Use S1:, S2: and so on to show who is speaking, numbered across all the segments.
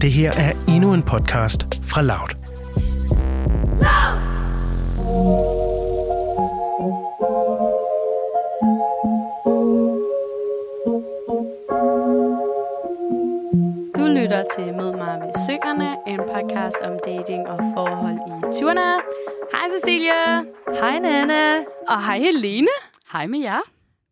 S1: Det her er endnu en podcast fra Loud.
S2: Du lytter til Mød mig ved Søerne, en podcast om dating og forhold i 20'erne. Hej Cecilia.
S3: Hej Nana.
S2: Og hej Helene.
S3: Hej med jer.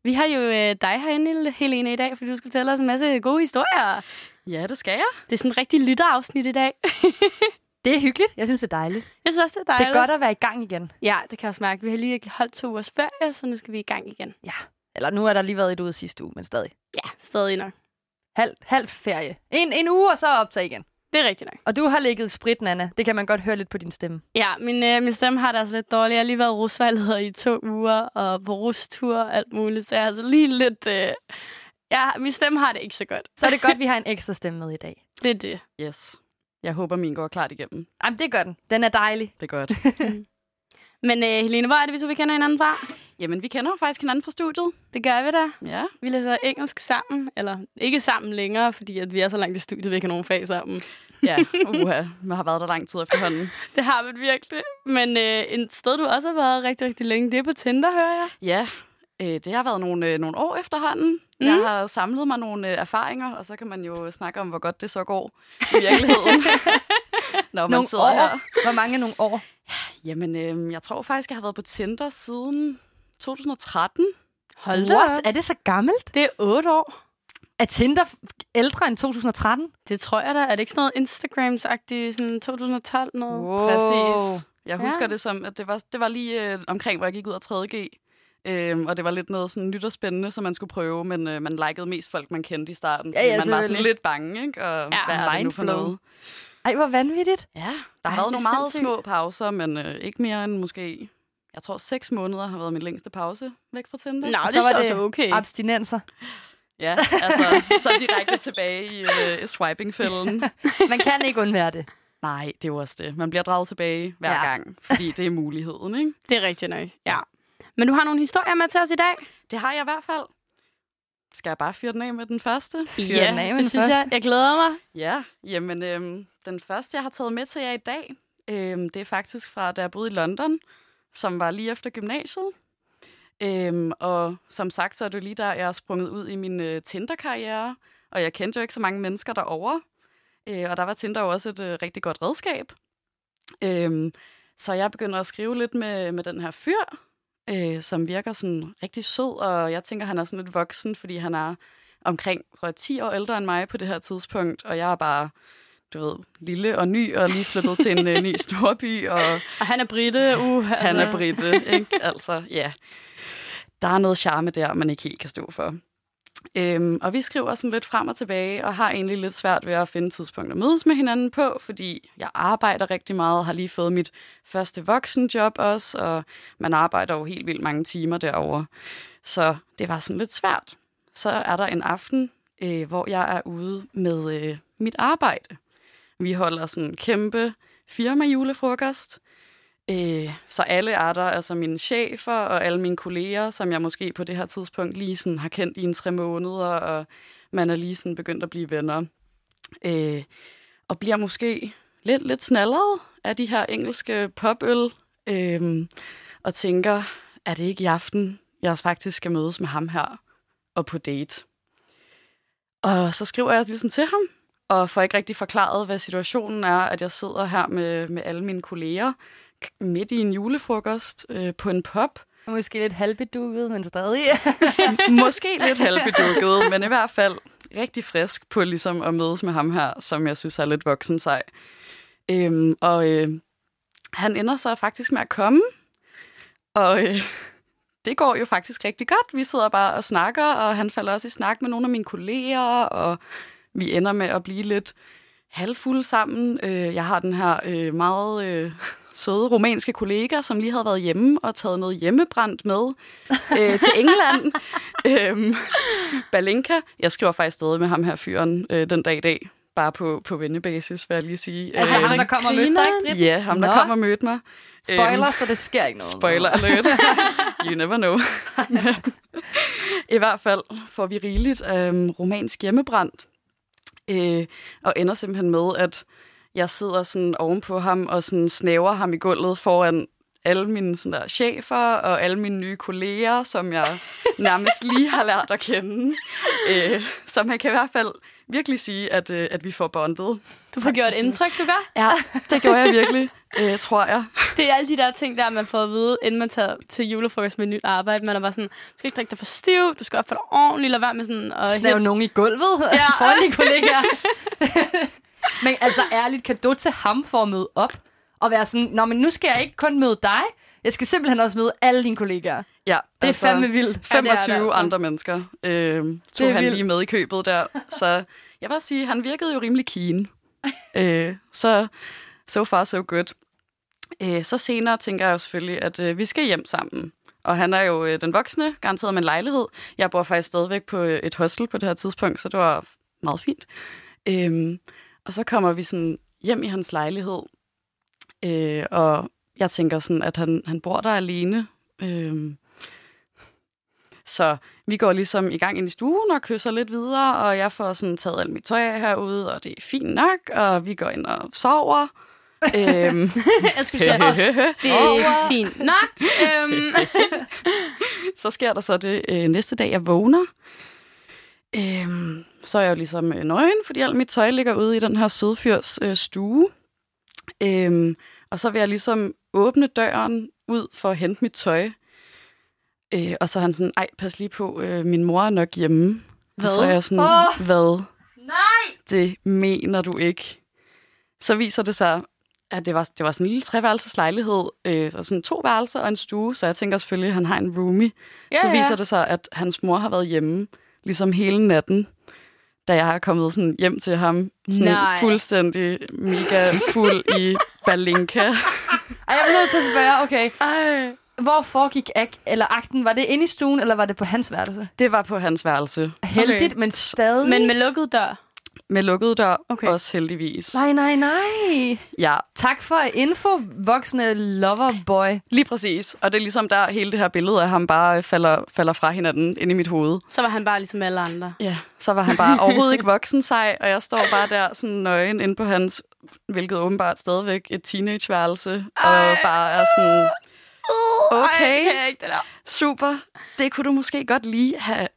S2: Vi har jo øh, dig herinde, Helene, i dag, fordi du skal fortælle os en masse gode historier.
S3: Ja, det skal jeg.
S2: Det er sådan et rigtig lytterafsnit i dag.
S3: Det er hyggeligt. Jeg synes, det er dejligt.
S2: Jeg synes også, det er
S3: Det
S2: dejligt.
S3: er godt at være i gang igen.
S2: Ja, det kan jeg også mærke. Vi har lige holdt to ugers ferie, så nu skal vi i gang igen.
S3: Ja. Eller nu er der lige været et ude sidste uge, men stadig.
S2: Ja, stadig nok.
S3: Halv, halv ferie. En, en uge, og så optag igen.
S2: Det er rigtigt nok.
S3: Og du har ligget i sprit, Nana. Det kan man godt høre lidt på din stemme.
S2: Ja, min, øh, min stemme har det altså lidt dårligt. Jeg har lige været rusvejleder i to uger, og på rustur og alt muligt, så jeg er altså lige lidt... Øh, ja, min stemme har det ikke så godt.
S3: Så er det godt, vi har en ekstra stemme med i dag.
S2: Det er det.
S4: Yes. Jeg håber, min går klart igennem.
S3: Jamen, det gør den. Den er dejlig.
S4: Det er godt.
S2: Men øh, Helene, hvor er det, hvis vi kender hinanden fra?
S4: Jamen, vi kender jo faktisk hinanden fra studiet.
S2: Det gør vi da.
S4: Ja.
S2: Vi læser engelsk sammen, eller ikke sammen længere, fordi at vi er så langt i studiet, vi ikke har nogen fag sammen.
S4: Ja, uha. Man har været der lang tid efterhånden.
S2: Det har vi virkelig. Men øh, et sted, du også har været rigtig, rigtig længe, det er på Tinder, hører jeg.
S4: Ja, øh, det har været nogle, øh, nogle år efterhånden. Mm. Jeg har samlet mig nogle øh, erfaringer, og så kan man jo snakke om, hvor godt det så går i virkeligheden. Når man
S3: Nogle
S4: sidder
S3: år.
S4: her.
S3: Hvor mange nogle år?
S4: Jamen, øh, jeg tror faktisk, jeg har været på Tinder siden 2013.
S2: Hold
S3: What? Er det så gammelt?
S2: Det er otte år.
S3: Er Tinder f- ældre end 2013?
S2: Det tror jeg da. Er det ikke sådan noget Instagrams-agtigt, sådan 2012 noget?
S3: Wow.
S4: Præcis. Jeg
S2: Ja.
S4: husker ja. det som, at det var, det var lige øh, omkring, hvor jeg gik ud af 3.G. Øhm, og det var lidt noget sådan nyt og spændende, som man skulle prøve, men øh, man likede mest folk, man kendte i starten.
S3: Ja, ja,
S4: fordi man var sådan
S3: selvfølgelig.
S4: lidt bange, ikke? Og
S2: Ja,
S4: ja, hvad er det nu for
S3: mindblow.
S4: noget?
S3: Ej, hvor vanvittigt.
S4: Ja, der har
S2: Ej,
S4: været
S2: det er
S4: nogle meget
S2: sindssygt.
S4: små pauser, men øh, ikke mere end måske, jeg tror seks måneder har været min længste pause væk fra Tinder.
S2: Nå,
S3: Og
S2: det
S3: så
S2: er
S3: var
S2: så
S3: det
S2: også okay.
S3: Abstinenser.
S4: Ja, altså så direkte tilbage i øh, swiping-fælden.
S3: Man kan ikke undvære det.
S4: Nej, det er jo også det. Man bliver draget tilbage hver
S3: Ja.
S4: ja. gang, fordi det er muligheden, ikke?
S2: Det er rigtigt nok, ja. Men du har nogle historier med til os i dag?
S4: Det har jeg i hvert fald. Skal jeg bare fyre den af med den første?
S3: Fyr den af med
S2: det
S3: den
S2: synes jeg.
S3: første.
S2: Jeg glæder mig.
S4: Ja, jamen øhm, den første, jeg har taget med til jer i dag, øhm, det er faktisk fra, da jeg boede i London, som var lige efter gymnasiet. Øhm, og som sagt, så er det jo lige der, jeg er sprunget ud i min øh, Tinder-karriere, og jeg kendte jo ikke så mange mennesker derovre. Øh, og der var Tinder jo også et øh, rigtig godt redskab. Øhm, så jeg begynder at skrive lidt med, med den her fyr, øh, som virker sådan rigtig sød, og jeg tænker, han er sådan lidt voksen, fordi han er omkring tror jeg, 10 år ældre end mig på det her tidspunkt, og jeg er bare, du ved, lille og ny, og lige flyttet til en øh, ny storby, og
S2: Og han er britte. Uh,
S4: han er britte, ikke? Altså, ja. Der er noget charme der, man ikke helt kan stå for. Øhm, og vi skriver sådan lidt frem og tilbage, og har egentlig lidt svært ved at finde tidspunkt at mødes med hinanden på, fordi jeg arbejder rigtig meget, har lige fået mit første voksenjob også, og man arbejder jo helt vildt mange timer derovre. Så det var sådan lidt svært. Så er der en aften, øh, hvor jeg er ude med øh, mit arbejde. Vi holder sådan en kæmpe firma-julefrokost, Øh, så alle er der, altså mine chefer og alle mine kolleger, som jeg måske på det her tidspunkt lige sådan har kendt i en tre måneder, og man er lige sådan begyndt at blive venner. Øh, og bliver måske lidt, lidt snalleret af de her engelske popøl, øh, og tænker, er det ikke i aften, jeg faktisk skal mødes med ham her og på date? Og så skriver jeg ligesom til ham, og får ikke rigtig forklaret, hvad situationen er, at jeg sidder her med, med alle mine kolleger, midt i en julefrokost øh, på en pop.
S3: Måske lidt halvbedukket, men stadig.
S4: Måske lidt halvbedukket, men i hvert fald rigtig frisk på ligesom at mødes med ham her, som jeg synes er lidt voksen sej. Øhm, og øh, han ender så faktisk med at komme, og øh, det går jo faktisk rigtig godt. Vi sidder bare og snakker, og han falder også i snak med nogle af mine kolleger, og vi ender med at blive lidt halvfulde sammen. Øh, jeg har den her øh, meget øh, søde romanske kollega, som lige havde været hjemme og taget noget hjemmebrændt med øh, til England. øhm, Balinka. Jeg skriver faktisk stadig med ham her fyren øh, den dag i dag. Bare på, på vennebasis, vil jeg lige sige.
S3: altså
S4: Øhm,
S3: ham, der kommer og mødte dig, ikke, Britt?
S4: Ja, ham, der
S3: Nå.
S4: kom og mødte mig.
S3: Spoiler, så det sker ikke noget.
S4: Spoiler alert. you never know. I hvert fald får vi rigeligt øhm, romansk hjemmebrændt. Øh, og ender simpelthen med, at jeg sidder sådan ovenpå ham og sådan snæver ham i gulvet foran alle mine sådan der, chefer og alle mine nye kolleger, som jeg nærmest lige har lært at kende. Øh, så man kan i hvert fald virkelig sige, at, øh, at vi får bondet.
S2: Du får gjort indtryk, du gør.
S4: Ja, det gjorde jeg virkelig, øh, tror jeg.
S2: Det er alle de der ting, der man får at vide, inden man tager til julefrokost med nyt arbejde. Man er bare sådan, du skal ikke drikke dig for stiv, du skal opføre dig ordentligt, lad være med sådan at...
S3: Snæv nogen i gulvet ja.
S2: Ja.
S3: foran dine kollegaer. men altså ærligt, kado til ham for at møde op og være sådan, Nå, men nu skal jeg ikke kun møde dig, jeg skal simpelthen også møde alle dine kollegaer. Altså,
S4: Ja, altså-
S3: Det er fandme vildt.
S2: Ja, det er det
S4: 25 ja,
S2: altså.
S4: andre mennesker øh, tog
S3: Det er
S4: han
S3: vildt.
S4: lige med i købet der. Så jeg vil også sige, han virkede jo rimelig keen. Øh, så so far so good. Øh, så senere tænker jeg jo selvfølgelig, at øh, vi skal hjem sammen. Og han er jo øh, den voksne, garanteret med en lejlighed. Jeg bor faktisk stadigvæk på øh, et hostel på det her tidspunkt, så det var meget fint. Øh, og så kommer vi sådan hjem i hans lejlighed. Øh, og jeg tænker sådan, at han, han bor der alene. Øh, så vi går ligesom i gang ind i stuen og kysser lidt videre, og jeg får sådan taget alt mit tøj af herude, og det er fint nok, og vi går ind og sover. øhm,
S2: Jeg skulle sige, også, det er fint. Nå, øhm,
S4: så sker der så det øh, næste dag, jeg vågner. Øhm, så er jeg jo ligesom øh, nøgen, fordi alt mit tøj ligger ude i den her sødfyrs øh, stue. Øhm, og så vil jeg ligesom åbne døren ud for at hente mit tøj. Øh, og så er han sådan, ej, pas lige på, øh, min mor er nok hjemme. Hvad? Og så er jeg sådan,
S3: Åh!
S4: oh. hvad?
S3: Nej!
S4: det mener du ikke. Så viser det sig, at det var, det var sådan en lille treværelseslejlighed, øh, og sådan to værelser og en stue, så jeg tænker selvfølgelig, at han har en roomie.
S2: Ja,
S4: så
S2: ja.
S4: viser det sig, at hans mor har været hjemme, ligesom hele natten, da jeg har kommet sådan hjem til ham, sådan
S2: Nej.
S4: fuldstændig mega fuld i Balinka.
S3: Ej, jeg er nødt til at spørge, okay,
S2: ej.
S3: hvor foregik ak- eller akten? Var det inde i stuen, eller var det på hans værelse?
S4: Det var på hans værelse.
S3: Heldigt, okay. men stadig.
S2: Men med lukket dør.
S4: Med lukket dør,
S2: Okay.
S4: okay. også heldigvis.
S3: Nej, nej, nej.
S4: Ja,
S3: Tak for info, voksne loverboy.
S4: lige præcis. Og det er ligesom der, hele det her billede af ham bare øh, falder, falder fra hinanden ind i mit hoved.
S2: Så var han bare ligesom alle andre.
S4: Ja, så var han bare overhovedet ikke voksen sej, og jeg står bare der sådan nøgen inde på hans, hvilket åbenbart stadigvæk et teenageværelse, og bare er sådan,
S2: Ej, det kan
S4: okay,
S2: jeg ikke, det der.
S4: super, det kunne du måske godt lige have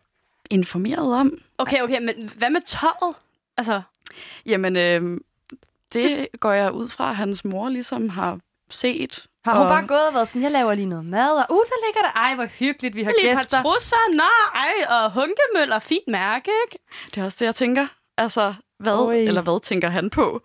S4: informeret om.
S2: Okay, okay, men hvad med tøjet? Altså,
S4: Jamen, øh, det går jeg ud fra, at hans mor ligesom har set.
S3: Har hun
S4: og-
S3: bare gået og været sådan, jeg laver lige noget mad, og uh, der ligger der, ej, hvor hyggeligt, vi har
S2: lige et
S3: gæster.
S2: par trusser, nå, ej, og hunkemøller, fint mærke, ikke?
S4: Det er også det, jeg tænker. Altså, hvad,
S3: Oj.
S4: eller hvad tænker han på?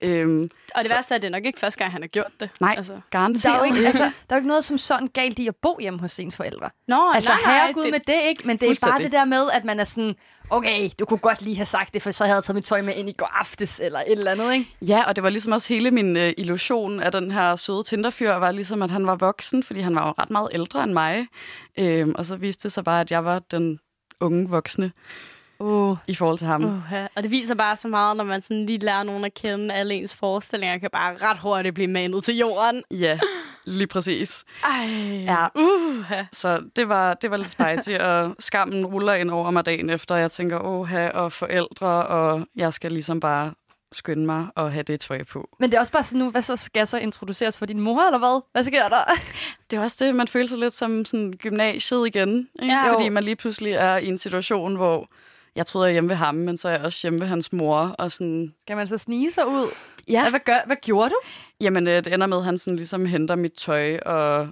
S4: Øhm,
S2: Og det
S4: Så-
S2: værste er, at det er nok ikke første gang, han har gjort det.
S4: nej,
S2: Altså.
S4: altså, garanteret.
S3: der er jo ikke, altså, der er jo ikke noget som sådan galt i at bo hjemme hos ens forældre.
S2: Nå,
S3: Altså,
S2: nej, nej,
S3: herregud
S2: det-
S3: med det, ikke? Men det er bare
S4: Fuldstændig.
S3: det der med, at man er sådan, okay, du kunne godt lige have sagt det, for så havde jeg taget mit tøj med ind i går aftes, eller et eller andet, ikke?
S4: Ja, og det var ligesom også hele min øh, illusion af den her søde Tinderfyr, var ligesom, at han var voksen, fordi han var jo ret meget ældre end mig. Øhm, og så viste det sig bare, at jeg var den unge voksne
S3: Uh.
S4: i forhold til ham. Uh.
S2: Uha. Og det viser bare så meget, når man sådan lige lærer nogen at kende. Alle ens forestillinger kan bare ret hurtigt blive manet til jorden.
S4: Ja, lige præcis.
S2: Ej.
S4: Ja.
S2: Uha.
S4: Så det var, det var lidt spicy, og skammen ruller ind over mig dagen efter. Jeg tænker, åh, og forældre, og jeg skal ligesom bare skynde mig og have det tøj på.
S3: Men det er også bare sådan nu, hvad så skal jeg så introduceres for din mor, eller hvad? Hvad sker der?
S4: Det er også det, man føler sig lidt som sådan gymnasiet igen. Ikke?
S2: Ja.
S4: Ja. Fordi man lige pludselig er i en situation, hvor jeg troede, jeg er hjemme ved ham, men så er jeg også hjemme ved hans mor. Og sådan,
S3: Skal man så snige sig ud?
S4: Ja.
S3: Hvad, gør, hvad gjorde du?
S4: jamen, øh, det ender med, at han sådan ligesom henter mit tøj og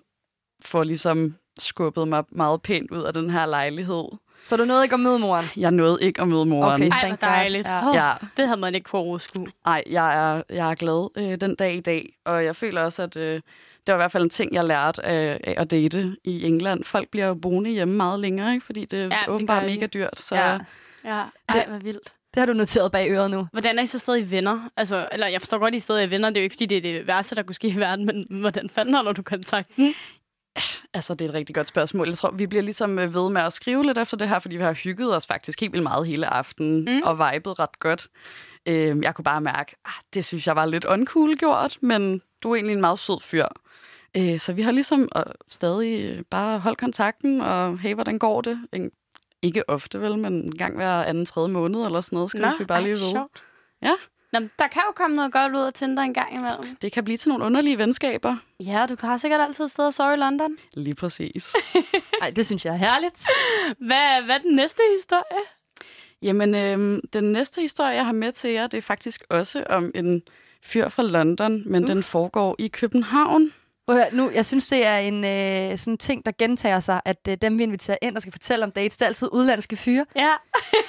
S4: får ligesom skubbet mig meget pænt ud af den her lejlighed.
S3: Så du nåede ikke at møde moren?
S4: Jeg nåede ikke at møde moren.
S3: Okay.
S2: Ej, hvor
S3: Thank God.
S2: dejligt.
S3: Ja.
S2: Åh,
S4: Ja.
S2: Det havde man ikke kunne overskue.
S4: Ej, jeg er, jeg er glad øh, den dag i dag, og jeg føler også, at øh, det var i hvert fald en ting, jeg lærte øh, af at date i England. Folk bliver jo boende hjemme meget længere, ikke? fordi det er
S2: det
S4: ja,
S2: gør
S4: åbenbart
S2: de.
S4: mega dyrt. Så
S3: Ja.
S4: ja.
S2: Ja. Ej, hvor vildt.
S3: Det har du noteret bag øret nu.
S2: Hvordan er I så stadig venner? Altså, eller jeg forstår godt, I er stadig er venner. Det er jo ikke, fordi det er det værste, der kunne ske i verden, men hvordan fanden holder du kontakten?
S4: Altså, det er et rigtig godt spørgsmål. Jeg tror, vi bliver ligesom øh, ved med at skrive lidt efter det her, fordi vi har hygget os faktisk helt vildt meget hele aftenen
S2: Mm.
S4: mm. og vibet ret godt. Øhm, jeg kunne bare mærke, at det synes jeg var lidt uncool gjort, men du er egentlig en meget sød fyr. Øh, så vi har ligesom øh, stadig øh, bare holdt kontakten, og hey, hvordan går det? Ingen, Ikke ofte, vel, men en gang hver anden, tredje måned eller sådan noget, skal
S2: Nå,
S4: vi bare
S2: ej,
S4: lige vide.
S2: sjovt.
S4: Ja.
S2: Nå, men der kan jo komme noget godt ud af Tinder en gang imellem.
S4: Det kan blive til nogle underlige venskaber.
S2: Ja, og du har sikkert altid et sted at sove i London.
S4: Lige præcis.
S3: Nej, det synes jeg er herligt.
S2: Hvad, hvad er den næste historie?
S4: Jamen, øh, den næste historie, jeg har med til jer, det er faktisk også om en fyr fra London, men uh. den foregår i København.
S3: Prøv at høre, nu, jeg synes, det er en øh, sådan ting, der gentager sig, at øh, dem, vi inviterer ind og skal fortælle om dates, det er altid udlandske fyre.
S2: Ja,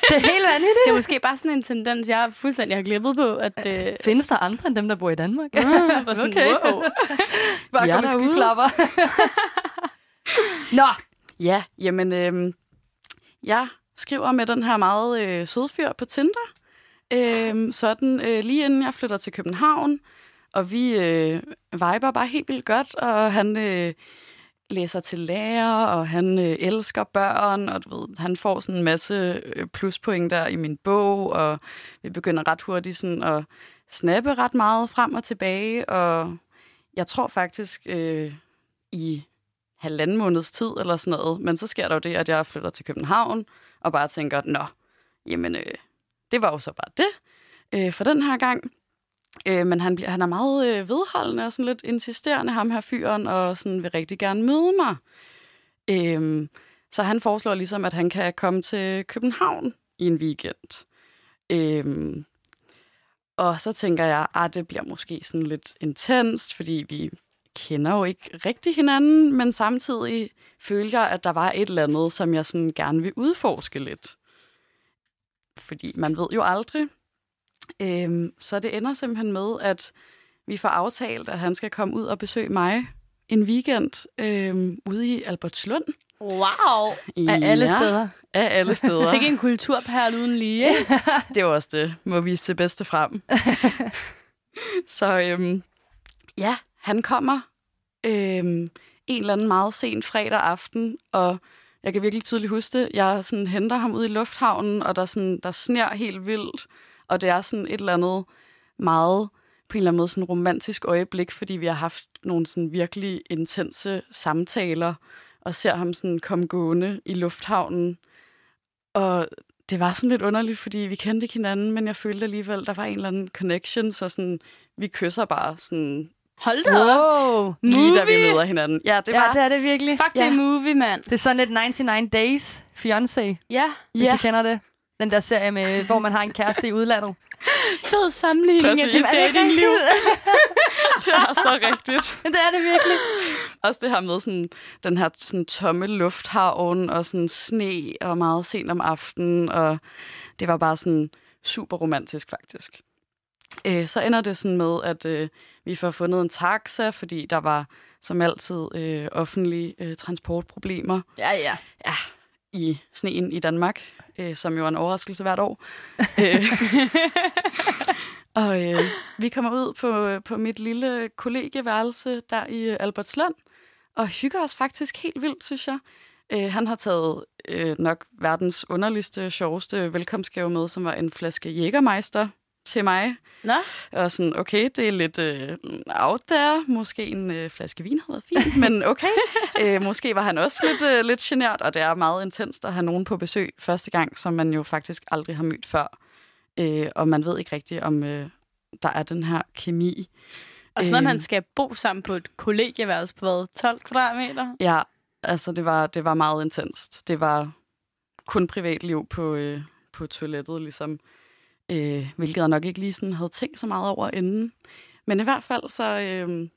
S3: Det er helt vanvittigt.
S2: det er måske bare sådan en tendens, jeg fuldstændig har glippet på, at... Øh,
S3: Findes der andre end dem, der bor i Danmark? Ja,
S2: var sådan,
S3: okay.
S2: wow.
S3: Bare
S4: De er
S3: kom i
S4: derude.
S3: skyklapper. Nå,
S4: Ja, jamen, øh, jeg skriver med den her meget øh, søde fyr på Tinder. Øh, sådan øh, lige inden jeg flytter til København, og vi øh, viber bare helt vildt godt, og han øh, læser til lærer, og han øh, elsker børn, og du ved, han får sådan en masse øh, pluspoint der i min bog, og vi begynder ret hurtigt sådan at snappe ret meget frem og tilbage, og jeg tror faktisk øh, i halvanden måneds tid eller sådan noget. Men så sker der jo det, at jeg flytter til København og bare tænker, nå, jamen, øh, det var jo så bare det øh, for den her gang. Øh, men han, bliver, han er meget øh, vedholdende og sådan lidt insisterende, ham her fyren, og sådan vil rigtig gerne møde mig. Øh, så han foreslår ligesom, at han kan komme til København i en weekend. Øh, og så tænker jeg, at det bliver måske sådan lidt intenst, fordi vi kender jo ikke rigtig hinanden, men samtidig følte jeg, at der var et eller andet, som jeg sådan gerne vil udforske lidt. Fordi man ved jo aldrig. Øhm, så det ender simpelthen med, at vi får aftalt, at han skal komme ud og besøge mig en weekend øhm, ude i Albertslund.
S2: wow!
S3: af alle steder.
S4: Af alle
S2: Det
S4: steder.
S2: er ikke en kulturperle uden lige.
S4: det er jo også det. Må vise det bedste frem. så øhm, ja, han kommer øhm, en eller anden meget sen fredag aften, og jeg kan virkelig tydeligt huske det. Jeg sådan henter ham ud i lufthavnen, og der, sådan, der sner helt vildt, og det er sådan et eller andet meget på en eller anden måde sådan romantisk øjeblik, fordi vi har haft nogle sådan virkelig intense samtaler, og ser ham sådan komme gående i lufthavnen. Og det var sådan lidt underligt, fordi vi kendte ikke hinanden, men jeg følte alligevel, der var en eller anden connection, så sådan, vi kysser bare sådan,
S2: Hold da op.
S3: Wow.
S4: lige da vi
S2: Movie?
S4: møder hinanden. Ja, det
S3: Ja,
S4: var
S3: det er det virkelig.
S2: Fuck, det er movie, mand.
S3: Det er sådan lidt 99 Days Fiancé,
S2: Ja,
S3: hvis
S4: Ja.
S3: I kender det. Den der serie, med, hvor man har en kæreste i udlandet.
S2: fed sammenligning af
S4: Præcis.
S2: dit
S4: Er det ikke
S2: datingliv.
S4: det var så rigtigt.
S3: Men det er det virkelig.
S4: Også det her med sådan, den her sådan, tomme lufthavn og sådan sne og meget sent om aftenen, og det var bare sådan super romantisk faktisk. Øh, så ender det sådan med, at øh, vi får fundet en taxa, fordi der var som altid øh, offentlige øh, transportproblemer.
S3: Ja, ja.
S4: i sneen i Danmark, øh, som jo er en overraskelse hvert år. Øh, og øh, vi kommer ud på, på mit lille kollegieværelse der i øh, Albertslund, og hygger os faktisk helt vildt, synes jeg. Øh, han har taget øh, nok verdens underligste, sjoveste velkomstgave med, som var en flaske Jägermeister til mig.
S2: Nå,
S4: Og sådan, okay, det er lidt øh, out there. Måske en øh, flaske vin havde været fint, men okay. øh, måske var han også lidt, øh, lidt genert, og det er meget intenst at have nogen på besøg første gang, som man jo faktisk aldrig har mødt før. Øh, og man ved ikke rigtigt, om øh, der er den her kemi.
S2: og sådan noget,
S4: Øhm.
S2: man skal bo sammen på et kollegieværelse på hvad, 12 kvadratmeter?
S4: Ja, altså det var, det var meget intenst. Det var kun privatliv på, øh, på toilettet, ligesom. Øh, hvilket jeg nok ikke lige sådan havde tænkt så meget over inden. Men i hvert fald så, øh,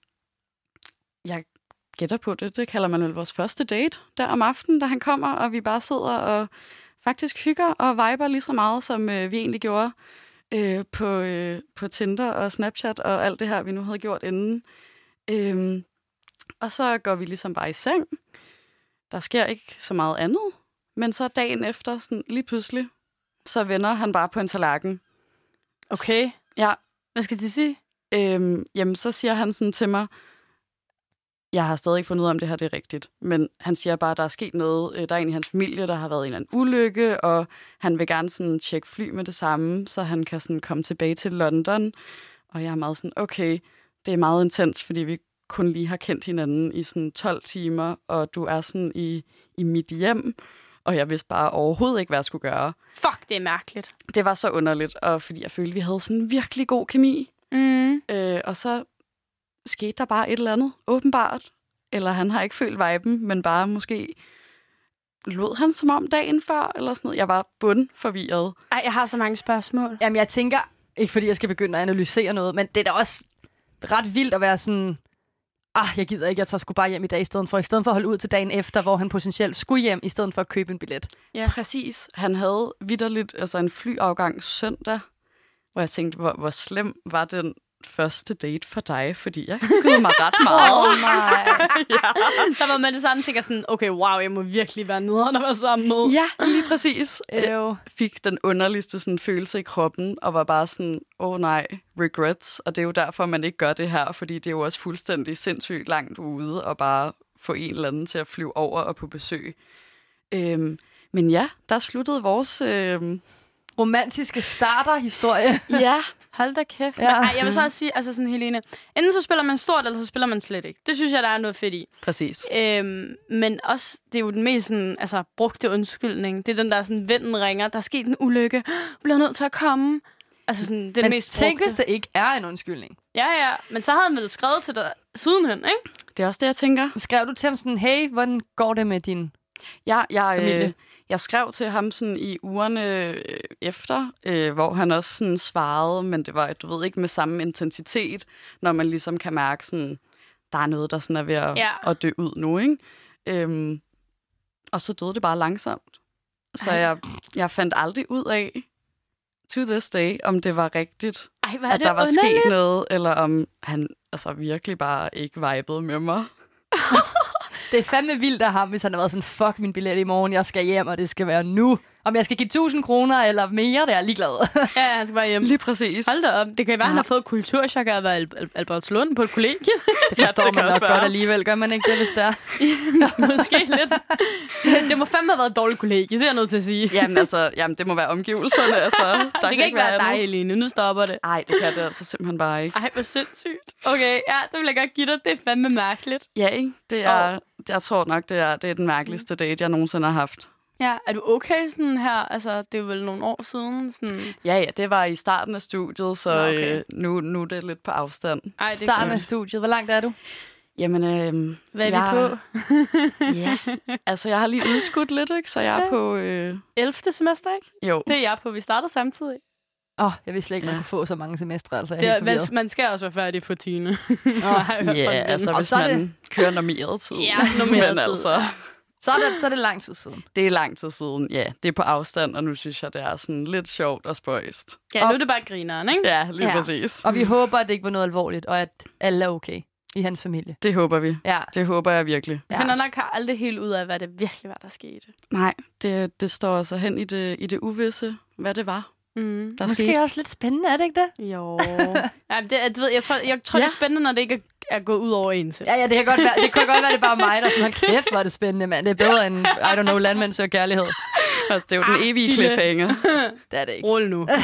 S4: jeg gætter på det, det kalder man vel vores første date der om aftenen, da han kommer, og vi bare sidder og faktisk hygger og viber lige så meget, som øh, vi egentlig gjorde øh, på, øh, på Tinder og Snapchat og alt det her, vi nu havde gjort inden. Øh, og så går vi ligesom bare i seng. Der sker ikke så meget andet. Men så dagen efter, sådan lige pludselig, så vender han bare på en tallerken.
S2: Okay.
S4: Ja,
S2: Hvad skal det sige?
S4: øhm, jamen så siger han sådan til mig, jeg har stadig ikke fundet ud af, om det her det er rigtigt. Men han siger bare, at der er sket noget. Øh, Der er en i hans familie, der har været en eller anden ulykke, og han vil gerne sådan tjekke fly med det samme, så han kan sådan komme tilbage til London. Og jeg er meget sådan, okay, det er meget intens, fordi vi kun lige har kendt hinanden i sådan 12 timer, og du er sådan i, i mit hjem. og jeg vidste bare overhovedet ikke, hvad jeg skulle gøre.
S2: Fuck, det er mærkeligt.
S4: Det var så underligt, og fordi jeg følte, vi havde sådan en virkelig god kemi.
S2: Mm.
S4: Øh, og så skete der bare et eller andet, åbenbart. Eller han har ikke følt viben, men bare måske lod han som om dagen før, eller sådan noget. Jeg var bundforvirret.
S2: Ej, jeg har så mange spørgsmål.
S3: Jamen, jeg tænker, ikke fordi jeg skal begynde at analysere noget, men det er da også ret vildt at være sådan, ah, jeg gider ikke, jeg tager sgu bare hjem i dag i stedet for, i stedet for at holde ud til dagen efter, hvor han potentielt skulle hjem, i stedet for at købe en billet.
S4: Ja, præcis. Han havde vidderligt altså en flyafgang søndag, hvor jeg tænkte, hvor, hvor slem var den første date for dig, fordi jeg hyggede mig ret meget.
S3: nej.
S2: Der var man det samme tænker sådan, okay, wow, jeg må virkelig være nederen at være sammen med. Øh.
S4: ja, Øh, lige præcis. Jeg
S2: Øv.
S4: fik den underligste sådan, følelse i kroppen, og var bare sådan, åh oh, nej, regrets. Og det er jo derfor, man ikke gør det her, fordi det er jo også fuldstændig sindssygt langt ude, og bare få en eller anden til at flyve over og på besøg. Øhm, men ja, der sluttede vores... Øhm,
S3: Romantiske starterhistorie.
S4: ja,
S2: Hold da kæft. Ja.
S3: Ja.
S2: Ej, jeg vil så også sige, altså sådan Helene, enten så spiller man stort, eller så spiller man slet ikke. Det synes jeg, der er noget fedt i.
S4: præcis.
S2: Øhm, men også, det er jo den mest sådan, altså, brugte undskyldning. Det er den, der sådan, vennen ringer, der er sket en ulykke, Du bliver nødt til at komme. Altså sådan, det er den
S3: Men
S2: mest
S3: tænk,
S2: brugte.
S3: hvis det ikke er en undskyldning.
S2: Ja, ja, men så havde han vel skrevet til dig sidenhen, ikke?
S4: Det er også det, jeg tænker.
S3: Skrev du til ham sådan, hey, hvordan går det med din...
S4: Jeg, jeg, øh,
S3: Familie.
S4: jeg skrev til ham sådan i ugerne øh, efter, øh, hvor han også sådan svarede, men det var, du ved ikke, med samme intensitet, når man ligesom kan mærke sådan, der er noget, der sådan er ved at,
S2: Ja.
S4: ja. at dø ud nu, ikke? Øhm, og så døde det bare langsomt. Så
S2: Ej.
S4: jeg, jeg fandt aldrig ud af, to this day, om det var rigtigt,
S2: Ej, hvad er
S4: at
S2: det
S4: der var
S2: underligt?
S4: sket noget, eller om han altså virkelig bare ikke vibede med mig.
S3: Det er fandme vildt af ham, hvis han har været sådan, fuck min billet i morgen, jeg skal hjem, og det skal være nu. Om jeg skal give 1000 kroner eller mere, det er jeg ligeglad.
S2: Ja, han skal bare hjem.
S4: Lige præcis.
S2: Hold da op. Det kan være, ja. han
S4: Ja.
S2: har fået kulturchok af at være i Al- Al- Albertslund på et kollegie.
S3: Ah. Det forstår ja,
S4: det kan
S3: det man
S4: også
S3: nok
S4: være.
S3: godt alligevel, gør man ikke det, hvis det er?
S2: Måske lidt. Det må fandme have været et dårligt kollegie, det er jeg nødt til at sige. Ja,
S4: Jamen altså, jamen, det må være omgivelserne. Altså. Der det
S2: det kan ikke være dig, Eline. Nu stopper det.
S4: Nej, det kan det altså simpelthen bare ikke.
S2: Ej, hvor sindssygt. Okay, ja, det vil jeg godt give dig. Det er fandme mærkeligt.
S4: Ja, ikke? Det er, Jeg tror nok, det er, det er den mærkeligste date, jeg nogensinde har haft.
S2: Ja, er du okay sådan her? Altså, det er vel nogle år siden. Sådan...
S4: Ja, ja, det var i starten af studiet, så
S2: Nå, okay.
S4: øh, nu, nu er det lidt på afstand.
S2: Ej, det
S3: Starten af studiet. Hvor langt er du?
S4: Jamen, øh,
S2: Hvad er vi
S4: jeg, på? ja, altså jeg har lige udskudt lidt, ikke? Så jeg er på... Øh,
S2: 11. semester, ikke?
S4: jo,
S2: Det er jeg på. Vi starter samtidig.
S3: Åh, oh, jeg vidste slet ikke, man
S4: Ja.
S3: kunne få så mange semestre, altså. Jeg
S2: Det
S3: er
S2: er,
S3: helt
S2: man,
S3: forvirret.
S2: man skal også være færdig på 10. Nå,
S4: ja, altså
S3: Og
S4: hvis
S3: så er
S4: man kører normeret tid.
S2: Ja, normeret
S4: Men
S2: tid.
S4: altså,
S3: Så er det, så er det lang tid siden.
S4: det er lang tid siden. Ja, det er på afstand, og nu synes jeg, det er sådan lidt sjovt og spøjst.
S2: Ja, nu er det bare grineren, ikke?
S4: Ja, lige
S3: Ja.
S4: ja. præcis.
S3: Og vi
S2: Mm.
S3: håber, at det ikke var noget alvorligt, og at alle er okay i hans familie.
S4: Det håber vi.
S3: Ja.
S4: Det håber jeg virkelig.
S2: Jeg finder nok aldrig helt ud af, hvad det virkelig var, der skete.
S4: Nej, det, det står altså hen i det, i det uvisse, hvad det var,
S2: Mm.
S4: der
S3: Måske
S4: skete.
S3: også lidt spændende, er det ikke det?
S2: Jo. ja, det, er- du ved, jeg tror, jeg tror ja.
S4: Ja.
S2: det er spændende, når det ikke er, er gået ud over en selv.
S3: Ja, ja, det kan godt være, det kan godt være, det er bare mig, der sådan, hold kæft, hvor er det spændende, mand. Det er bedre end, I don't know, landmænd søger kærlighed.
S4: Altså, det er jo den
S2: Ah,
S4: evige
S2: Sille.
S4: cliffhanger.
S3: Det er det ikke.
S2: Rul nu. men,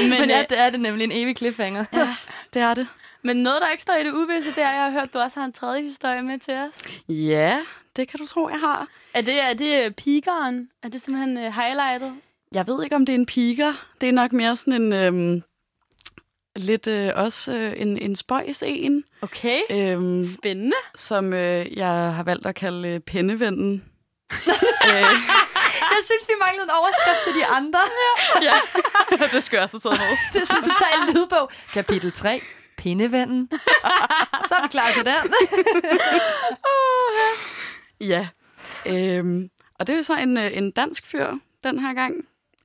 S3: Men
S2: men,
S3: ja,
S2: øh,
S3: det er det nemlig en evig cliffhanger.
S4: Det er det.
S2: men noget, der ikke står i det uvisse, det er, at jeg har hørt, du også har en tredje historie med til os.
S4: Ja, det kan du tro, jeg har.
S2: Er det, er det øh, pigeren? Er det simpelthen uh, highlightet?
S4: Jeg ved ikke, om det er en piger. Det er nok mere sådan en... Øhm, lidt øh, også øh, en, en spøjs en,
S2: Okay.
S4: øhm,
S2: Spændende.
S4: som øh, jeg har valgt at kalde øh, pendevennen. øh,
S3: Jeg synes, vi manglede en overskrift til de andre.
S4: ja, det skal jeg også have taget med.
S3: Det er sådan en total lydbog. Kapitel 3. Pindevennen. Så er vi klar til den.
S4: Ja. Øhm, og det er så en, øh, en dansk fyr den her gang.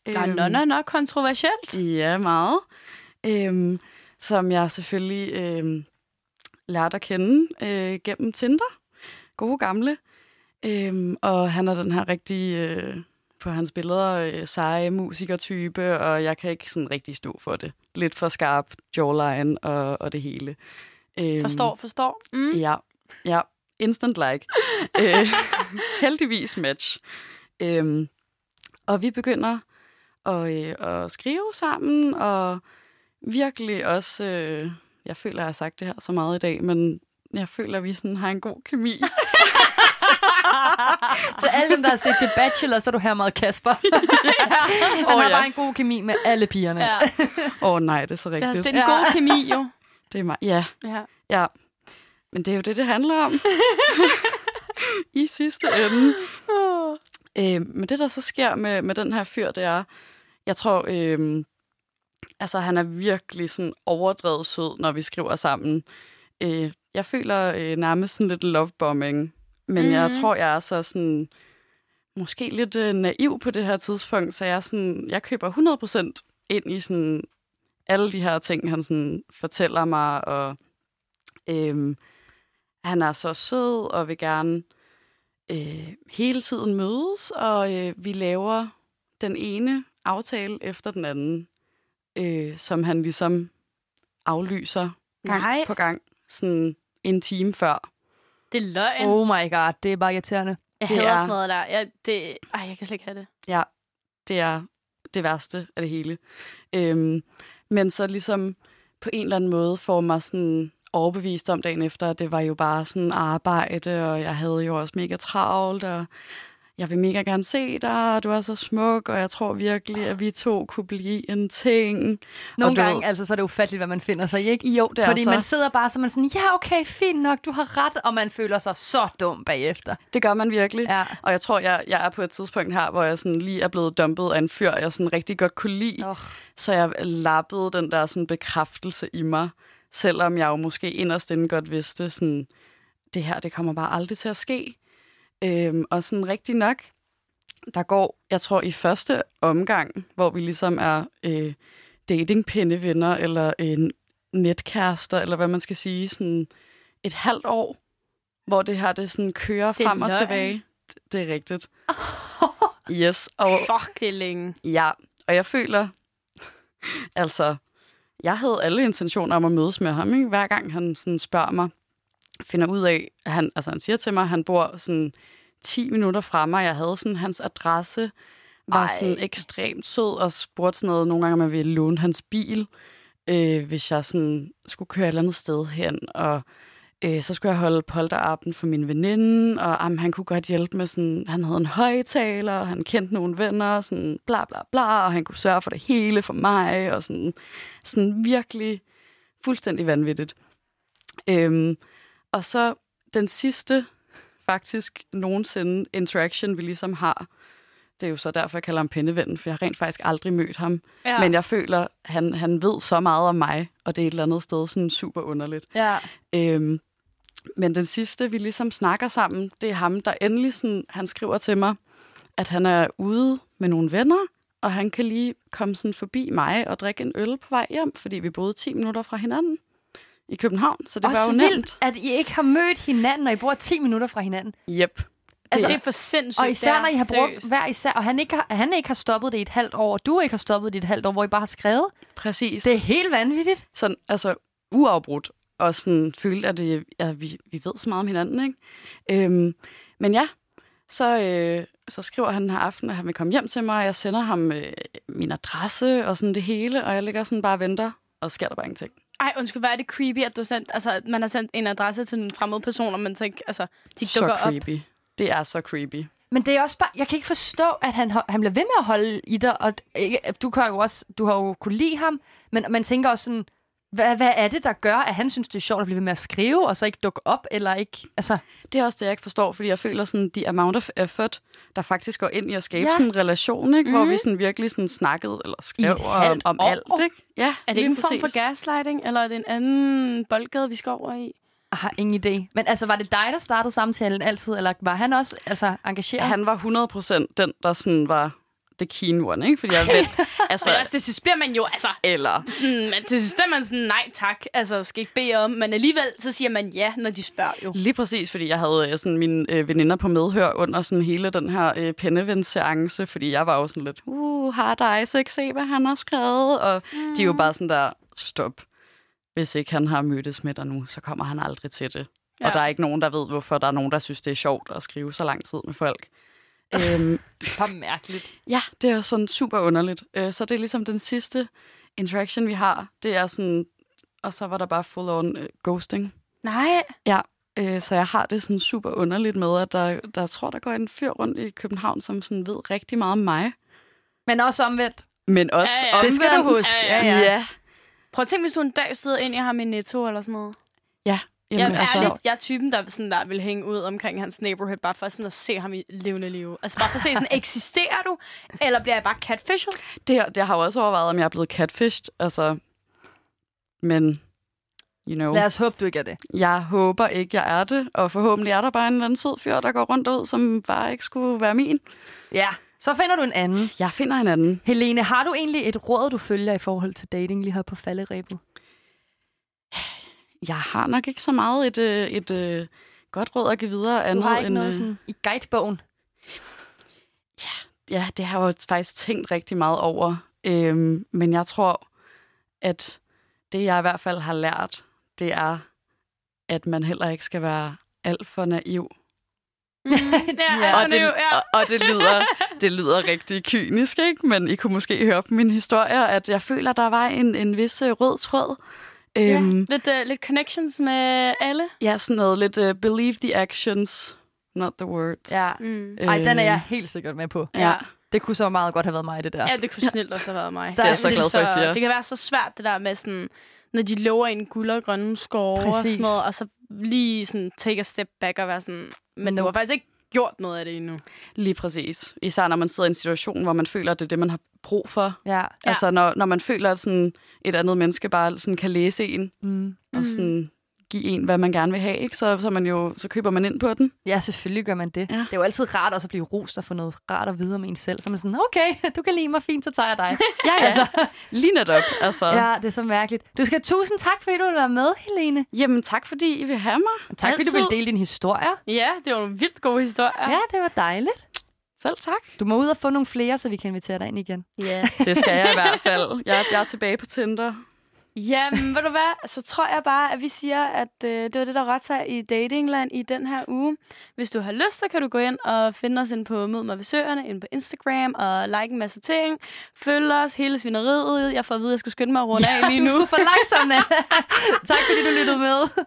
S4: Øhm,
S2: Der er nonner nok kontroversielt.
S4: Ja, meget. Øhm, som jeg selvfølgelig øhm, lærte at kende øh, gennem Tinder. Gode gamle. Øhm, og han er den her rigtige, øh, på hans billeder, øh, seje musikertype, og jeg kan ikke sådan rigtig stå for det. Lidt for skarp jawline og, og det hele. Øhm,
S2: Forstår, forstår. Mm.
S4: Ja, ja. Instant like. øh, heldigvis match. Øhm, og vi begynder at, øh, at skrive sammen, og virkelig også... Øh, jeg føler, jeg har sagt det her så meget i dag, men jeg føler, at vi sådan har en god kemi.
S3: Så alle dem, der har set The Bachelor, så er du her meget Kasper. Han
S4: Åh,
S3: har
S4: ja.
S3: bare en god kemi med alle pigerne.
S2: Ja.
S4: Åh oh, nej, det er så
S2: Det, er,
S4: rigtigt.
S2: det
S4: Det
S2: er en god kemi, jo.
S4: det er mig. Ja,
S2: Ja.
S4: ja. Men det er jo det, det handler om. I sidste ende. Øh, men det, der så sker med, med den her fyr, det er, jeg tror, øh, altså han er virkelig sådan overdrevet sød, når vi skriver sammen. Øh, jeg føler øh, nærmest sådan lidt lovebombing, men mm. jeg
S2: Mhm.
S4: tror, jeg er så sådan, måske lidt øh, naiv på det her tidspunkt, så jeg, er sådan, jeg køber 100% ind i sådan alle de her ting, han sådan fortæller mig, og øh, han er så sød og vil gerne øh, hele tiden mødes, og øh, vi laver den ene aftale efter den anden, øh, som han ligesom aflyser gang
S2: Nej.
S4: på gang, sådan en time før.
S2: Det er løgn.
S3: Oh my god, det er bare irriterende.
S2: jeg
S4: det
S2: hader
S4: er-
S2: sådan noget der. Jeg, det, ej, jeg kan slet ikke have det.
S4: Ja, det er det værste af det hele. Øhm, men så ligesom på en eller anden måde får mig sådan overbevist om dagen efter, at det var jo bare sådan arbejde, og jeg havde jo også mega travlt, og jeg vil mega gerne se dig, og du er så smuk, og jeg tror virkelig, at vi to kunne blive en ting.
S3: Nogle
S4: Og du
S3: gange,
S4: ved-
S3: altså, så er det ufatteligt, hvad man finder sig i, ikke?
S4: Jo, det er
S3: Fordi
S4: så.
S3: man sidder bare, så man sådan, ja, okay, fint nok, du har ret, og man føler sig så dum bagefter.
S4: Det gør man virkelig.
S3: Ja.
S4: Og jeg tror, jeg, jeg er på et tidspunkt her, hvor jeg sådan lige er blevet dumpet af en fyr, jeg sådan rigtig godt kunne lide.
S3: Oh.
S4: Så jeg lappede den der sådan bekræftelse i mig, selvom jeg jo måske inderst inden godt vidste, sådan, det her, det kommer bare aldrig til at ske. Øhm, og sådan rigtig nok, der går, jeg tror i første omgang, hvor vi ligesom er øh, datingpindevenner, eller øh, netkærester, eller hvad man skal sige, sådan et halvt år, hvor det her, det sådan kører
S2: er
S4: det frem og
S2: løgn.
S4: tilbage. Det, det er rigtigt. Yes, og
S2: Fuck, det er længe.
S4: Ja, og jeg føler, altså, jeg havde alle intentioner om at mødes med ham, ikke? hver gang han sådan spørger mig, finder ud af, at han, altså han siger til mig, at han bor sådan 10 minutter fra mig, jeg havde sådan hans adresse, var
S3: Ej.
S4: Ej. sådan ekstremt sød og spurgte sådan noget, nogle gange om jeg ville låne hans bil, øh, hvis jeg sådan skulle køre et eller andet sted hen, og øh, så skulle jeg holde polterappen for min veninde, og jamen, han kunne godt hjælpe med sådan, han havde en højtaler, og han kendte nogle venner, sådan bla bla bla, og han kunne sørge for det hele for mig, og sådan, sådan virkelig fuldstændig vanvittigt. Øhm, og så den sidste, faktisk nogensinde, interaction vi ligesom har, det er jo så derfor, jeg kalder ham pindevennen, for jeg har rent faktisk aldrig mødt ham.
S2: Ja.
S4: Ja. Men jeg føler, han, han ved så meget om mig, og det er et eller andet sted sådan super underligt.
S3: Ja.
S4: Øhm, men den sidste, vi ligesom snakker sammen, det er ham, der endelig sådan, han skriver til mig, at han er ude med nogle venner, og han kan lige komme sådan forbi mig og drikke en øl på vej hjem, fordi vi boede 10 minutter fra hinanden i København, så det var
S3: Også
S4: jo
S3: vildt,
S4: nemt.
S3: at I ikke har mødt hinanden, og I bor 10 minutter fra hinanden.
S4: Yep.
S2: altså,
S3: Altså,
S2: det er for sindssygt.
S3: Og især,
S2: det er
S3: når I har brugt
S2: seriøst.
S3: hver især, og han ikke, har, han ikke har stoppet det i et halvt år, og du ikke har stoppet det i et halvt år, hvor I bare har skrevet.
S4: Præcis.
S3: Det er helt vanvittigt.
S4: sådan, altså uafbrudt, og sådan følte, at det, ja, vi, vi ved så meget om hinanden, ikke? Øhm, men ja, så, øh, så skriver han den her aften, at han vil komme hjem til mig, og jeg sender ham øh, min adresse og sådan det hele, og jeg ligger sådan bare og venter, og så sker der bare ingenting.
S2: Ej, undskyld, hvor er det creepy, at du sendt, altså, at man har sendt en adresse til en fremmed person, og man så ikke, altså, de
S4: så
S2: dukker op.
S4: creepy. Det er så creepy.
S3: Men det er også bare, jeg kan ikke forstå, at han, ho- han bliver ved med at holde i dig, og d- ikke- du, kan jo også, du har jo kunne lide ham, men man tænker også sådan, hvad, hvad er det, der gør, at han synes, det er sjovt at blive ved med at skrive, og så ikke dukke op, eller ikke, altså,
S4: Det er også det, jeg ikke forstår, fordi jeg føler sådan, the amount of effort, der faktisk går ind i at skabe
S3: Ja.
S4: ja. sådan en relation, ikke? Mm.
S2: Mhm.
S4: hvor vi sådan virkelig sådan snakkede eller skrev om,
S3: halvt
S4: om
S3: år.
S4: alt. Ikke? Ja,
S2: Er det
S4: lige
S2: ikke en form
S4: præcis.
S2: for gaslighting, eller er det en anden boldgade, vi skal over i?
S3: jeg har ingen idé. Men altså, var det dig, der startede samtalen altid, eller var han også altså, engageret?
S4: han var 100% den, der sådan var the keen one, ikke? Fordi jeg ved, altså,
S2: Men også, det sidst bliver man jo, altså,
S4: eller,
S2: sådan, man, til sidst er man sådan, nej tak, altså, skal ikke bede om, men alligevel, så siger man ja, når de spørger jo.
S4: lige præcis, fordi jeg havde øh, sådan mine øh, veninder på medhør under sådan hele den her øh, pendevenseance, fordi jeg var jo sådan lidt, uh, har dig, så ikke se, hvad han har skrevet, og mm. de er jo bare sådan der, stop. Hvis ikke han har mødtes med dig nu, så kommer han aldrig til det. Ja.
S2: Ja.
S4: Og der er ikke nogen, der ved, hvorfor der er nogen, der synes, det er sjovt at skrive så lang tid med folk. øhm,
S3: var mærkeligt.
S4: Ja, det er sådan super underligt. Øh, Så det er ligesom den sidste interaction, vi har. Det er sådan... Og så var der bare full-on øh, ghosting.
S2: Nej,
S4: Ja, Øh, så jeg har det sådan super underligt med, at der, der tror, der går en fyr rundt i København, som sådan ved rigtig meget om mig.
S3: Men også omvendt.
S4: Men også
S2: Ja, ja.
S3: Det skal du
S4: omvendt.
S3: huske.
S2: Ja,
S4: Ja, ja.
S2: Prøv at tænke, hvis du en dag sidder ind i ham i Netto eller sådan noget.
S4: ja.
S2: Jamen,
S4: Jamen,
S2: jeg,
S4: altså,
S2: er lidt, jeg er typen, der, sådan, der vil hænge ud omkring hans neighborhood, bare for sådan at se ham i levende liv. Altså bare for at se, sådan, eksisterer du, eller bliver jeg bare catfished?
S4: det, det har jo også overvejet, om jeg er blevet catfished. Altså, men, you know.
S3: Lad os håbe, du ikke er det.
S4: Jeg håber ikke, jeg er det. Og forhåbentlig er der bare en eller anden sød fyr, der går rundt ud, som bare ikke skulle være min.
S3: Ja. Så finder du en anden.
S4: Jeg finder en anden.
S3: Helene, har du egentlig et råd, du følger i forhold til dating lige her på falderæbet?
S4: Jeg har nok ikke så meget et, øh, et, et godt råd at give videre.
S3: Du
S4: andet
S3: har ikke
S4: end,
S3: noget
S4: øh,
S3: sådan i guidebogen.
S4: Ja, det har jeg jo faktisk tænkt rigtig meget over. Øhm, men jeg tror, at det, jeg i hvert fald har lært, det er, at man heller ikke skal være alt for naiv.
S2: Ja,
S3: Ja.
S2: ja.
S4: og, det,
S2: ja.
S4: og, og det, lyder, det lyder rigtig kynisk, ikke? men I kunne måske høre på min historie, at jeg føler, der var en, en vis øh, rød tråd.
S2: Ja.
S4: Øhm,
S2: Lidt, uh, lidt connections med alle.
S4: ja. ja, sådan noget lidt uh, believe the actions, not the words.
S2: Mm.
S3: Ej, den er jeg helt sikkert med på.
S4: Øh, ja.
S3: Det kunne så meget godt have været mig, det der.
S2: Ja, det kunne snilt også have været mig.
S3: er jeg så
S4: glad for, at I siger.
S2: Det kan være så svært, det der med sådan, når de lover en guld og grønne skove og
S3: Præcis.
S2: sådan noget, og så lige sådan take a step back og være sådan, men du
S3: Nope.
S2: har faktisk ikke gjort noget af det endnu.
S4: Lige præcis. Især når man sidder i en situation, hvor man føler, at det er det, man har brug for.
S3: Ja.
S4: Ja. Altså når, når man føler, at sådan et andet menneske bare sådan kan læse en
S3: Mm.
S4: og sådan give en, hvad man gerne vil have, ikke? Så, så, man jo, så køber man ind på den.
S3: ja, selvfølgelig gør man det.
S4: Ja.
S3: Det er jo altid rart også at blive rost og få noget rart at vide om en selv. Så er man sådan, okay, du kan lide mig fint, så tager jeg dig.
S4: Ja, ja. Altså. Lige netop. Altså. Ja.
S3: ja, det er så mærkeligt. Du skal have tusind tak, fordi du vil være med, Helene.
S4: Jamen tak, fordi I vil have mig.
S3: Tak, fordi du
S4: Altid.
S3: vil dele din historie.
S2: Ja, det var en vildt god historie.
S3: Ja, det var dejligt.
S4: Selv tak.
S3: Du må ud og få nogle flere, så vi kan invitere dig ind igen.
S2: Yeah.
S4: Det skal jeg i hvert fald. Jeg, jeg er tilbage på Tinder.
S2: Jamen, ved du hvad? Så tror jeg bare, at vi siger, at øh, det var det, der rørte sig i Datingland i den her uge. Hvis du har lyst, så kan du gå ind og finde os ind på Mød mig ved Søerne, ind på Instagram og like en masse ting. Følg os hele svineriet. Jeg får at vide, at jeg skal skynde mig at runde af lige nu.
S3: Du skulle for langsomt, Anna. tak, fordi du lyttede med.